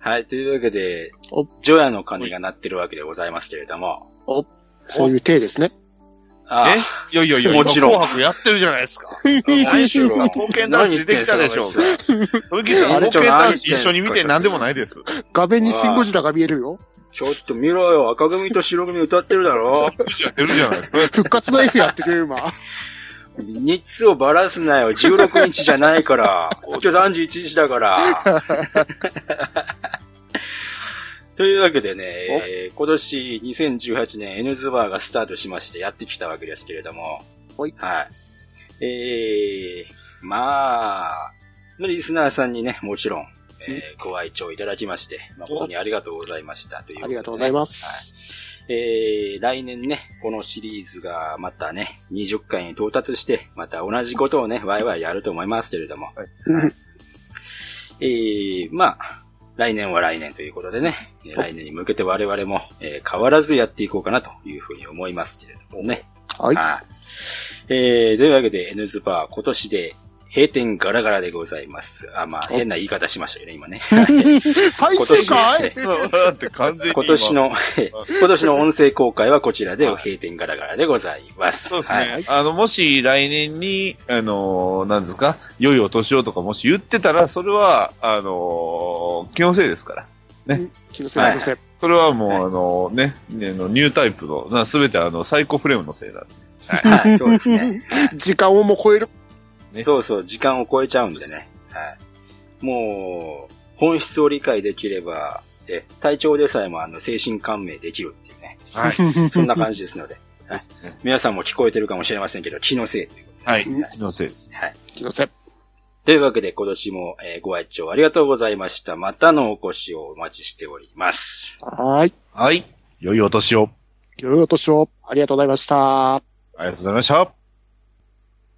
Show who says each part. Speaker 1: はい、というわけで
Speaker 2: お、
Speaker 1: 除夜の鐘が鳴ってるわけでございますけれども。
Speaker 2: そういう体ですね。
Speaker 1: あ
Speaker 3: えいやいやいや、
Speaker 1: もちろん
Speaker 3: 今紅白やってるじゃないですか。
Speaker 1: あ、
Speaker 3: 来週は
Speaker 1: 何
Speaker 3: 刀剣男子出てきたでしょう
Speaker 1: 言ってんすかこ
Speaker 3: トキさん、
Speaker 1: 園
Speaker 3: 冒
Speaker 1: 長何言ってんす
Speaker 3: 険男子
Speaker 1: か
Speaker 3: 一緒に見て何でもないです。
Speaker 2: 画面にシンゴジラが見えるよ。
Speaker 1: いつちょっと見ろよ、赤組と白組歌ってるだろ。
Speaker 3: やってるじゃないですか。
Speaker 2: 復活の F やってくれる今。
Speaker 1: 日数をばらすなよ、16日じゃない から。今日31日だから。というわけでね、えー今年2018年 N ズバーがスタートしましてやってきたわけですけれども。
Speaker 2: ほい
Speaker 1: はい。えー、まあ、リスナーさんにね、もちろん、えーご愛聴いただきまして、誠にありがとうございましたということでね、
Speaker 2: ありがとうございます。
Speaker 1: えー、来年ね、このシリーズがまたね、20回に到達して、また同じことをね、ワイワイやると思いますけれども。
Speaker 2: うん
Speaker 1: えー、まあ、来年は来年ということでね、えー来年に向けて我々も、えー変わらずやっていこうかなというふうに思いますけれどもね。
Speaker 2: はい。
Speaker 1: い。えー、というわけで、N ズバー今年で閉店ガラガラでございます。あ、まあ、変な言い方しましたよね、今 ね。
Speaker 2: 最終回
Speaker 1: 今
Speaker 3: だって完全 に
Speaker 1: 今年。 の、今年の音声公開はこちらで
Speaker 3: はい
Speaker 1: 閉店ガラガラでございます。
Speaker 3: そうです
Speaker 1: はい。
Speaker 3: ね。あの、もし来年に、あのー、なんですか、良いお年をとかもし言ってたら、それは、あのー、気のせいですから。
Speaker 2: 気のせいな気のせい。
Speaker 3: それはもう、
Speaker 1: はい
Speaker 3: あのね、ねあのニュータイプの、なすべてあの、サイコフレームのせいだ。
Speaker 1: はい、そうですね。
Speaker 2: 時間をもう超える。
Speaker 1: そうそう、時間を超えちゃうんでね。はい。もう、本質を理解できれば、え、体調でさえもあの、精神感銘できるっていうね。
Speaker 3: はい。
Speaker 1: そんな感じですの で。はい
Speaker 3: すね。
Speaker 1: 皆さんも聞こえてるかもしれませんけど、気のせいということで。
Speaker 3: はい。
Speaker 2: うん
Speaker 3: 気のせいです。
Speaker 1: はい。
Speaker 2: 気のせい。
Speaker 1: というわけで、今年も、えーご愛聴ありがとうございました。またのお越しをお待ちしております。
Speaker 2: はーい。
Speaker 3: はい。良いお年を。
Speaker 2: 良いお年を。ありがとうございました。
Speaker 3: ありがとうございました。